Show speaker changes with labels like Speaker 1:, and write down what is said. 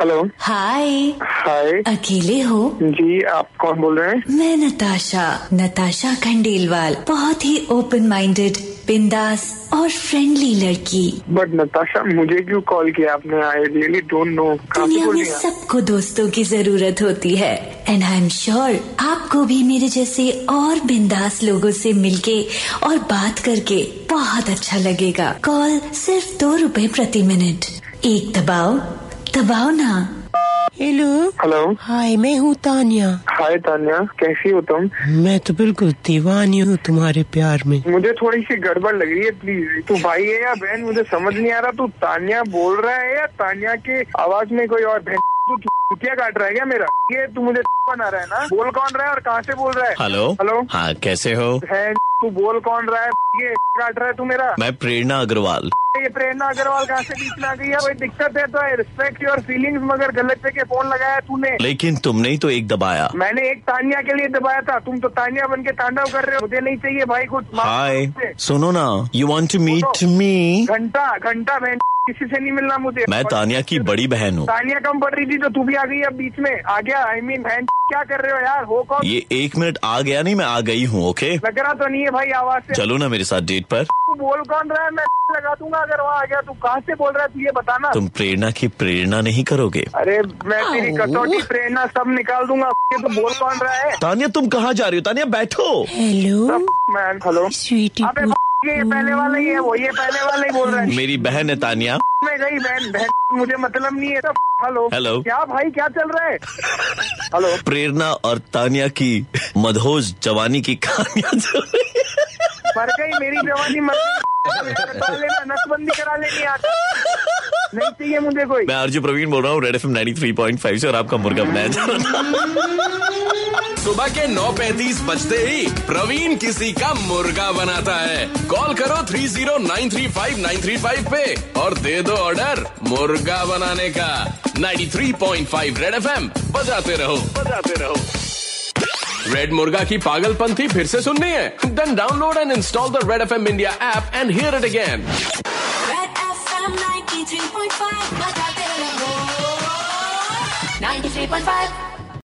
Speaker 1: Hello
Speaker 2: hi
Speaker 1: hi
Speaker 2: अकेले हो
Speaker 1: जी आप कौन बोल रहे हैं
Speaker 2: मैं नताशा नताशा खंडेलवाल बहुत ही ओपन माइंडेड बिंदास और फ्रेंडली लड़की
Speaker 1: बट नताशा मुझे क्यों कॉल किया आपने आई रियली डोंट नो
Speaker 2: दुनिया में सबको दोस्तों की जरूरत होती है एंड आई एम श्योर आपको भी मेरे जैसे और बिंदास लोगों से मिलके और बात करके बहुत अच्छा लगेगा कॉल सिर्फ दो रुपए प्रति मिनट एक दबाओ दबाओ ना
Speaker 3: हेलो
Speaker 1: हेलो
Speaker 3: हाय मैं हूँ तानिया
Speaker 1: हाय तान्या कैसी हो तुम
Speaker 3: मैं तो बिल्कुल दीवानी हूँ तुम्हारे प्यार में
Speaker 1: मुझे थोड़ी सी गड़बड़ लग रही है प्लीज तू भाई है या बहन मुझे समझ नहीं आ रहा तू तान्या बोल रहा है या तान्या के आवाज में कोई और बहन तू चुटिया काट रहा है क्या मेरा ये तू मुझे बना रहा है ना बोल कौन रहा है और कहाँ से बोल रहा है
Speaker 4: हेलो
Speaker 1: हेलो
Speaker 4: हाँ कैसे हो
Speaker 1: बहन तू बोल कौन रहा है ये काट रहा है तू मेरा
Speaker 4: मैं प्रेरणा अग्रवाल
Speaker 1: ये प्रेरणा अग्रवाल कहाँ से बीच में आ गई है कोई दिक्कत है तो रिस्पेक्ट योर फीलिंग्स मगर गलत जगह फोन लगाया तूने
Speaker 4: लेकिन तुमने ही तो एक दबाया
Speaker 1: मैंने एक तानिया के लिए दबाया था तुम तो तानिया बन के तांडव कर रहे हो मुझे नहीं चाहिए भाई कुछ
Speaker 4: हाय सुनो ना यू वांट टू मीट
Speaker 1: सुनो।
Speaker 4: मी
Speaker 1: घंटा घंटा बहन किसी से नहीं मिलना मुझे
Speaker 4: मैं
Speaker 1: और
Speaker 4: तानिया की बड़ी बहन हूँ
Speaker 1: तानिया कम पड़ रही थी तो तू भी आ गई अब बीच में आ गया आई मीन बहन क्या कर रहे हो यार हो कौन
Speaker 4: ये एक मिनट आ गया नहीं मैं आ गई हूँ ओके
Speaker 1: लग रहा तो नहीं है भाई आवाज से
Speaker 4: चलो ना मेरे साथ डेट पर
Speaker 1: तू बोल कौन रहा है मैं लगा दूंगा अगर वहाँ आ गया तू कहाँ से बोल रहा है तू ये बताना
Speaker 4: तुम प्रेरणा की प्रेरणा नहीं करोगे
Speaker 1: अरे मैं तेरी कसौटी प्रेरणा सब निकाल दूंगा ये तो बोल कौन रहा है
Speaker 4: तानिया तुम कहाँ जा रही हो तानिया बैठो
Speaker 3: हेलो
Speaker 1: मैन हेलो
Speaker 3: स्वीटी
Speaker 1: अबे ये पहले वाला ही है वो ये पहले वाला ही बोल रहा है
Speaker 4: मेरी बहन है तानिया
Speaker 1: मैं गई बहन बहन मुझे मतलब नहीं है सब हेलो
Speaker 4: Hello.
Speaker 1: क्या भाई क्या चल रहा है हेलो
Speaker 4: प्रेरणा और तानिया की मधोज जवानी की कहानियां चल रही है।
Speaker 1: मर गई मेरी जवानी मर गई। कटवा लेना नसबंदी करा लेनी आज नहीं चाहिए मुझे कोई
Speaker 4: मैं आरजू प्रवीण बोल रहा हूँ red F ninety three point five से और आपका मुर्गा बनाया जा रहा था
Speaker 5: सुबह के 9:35 बजते ही प्रवीण किसी का मुर्गा बनाता है कॉल करो 30935935 पे और दे दो ऑर्डर मुर्गा बनाने का 93.5 रेड एफएम बजाते रहो बजाते रहो रेड मुर्गा की पागलपंथी फिर से सुननी है then download and install the Red FM India app and hear it again
Speaker 6: Red FM 93.5 बजाते रहो 93.5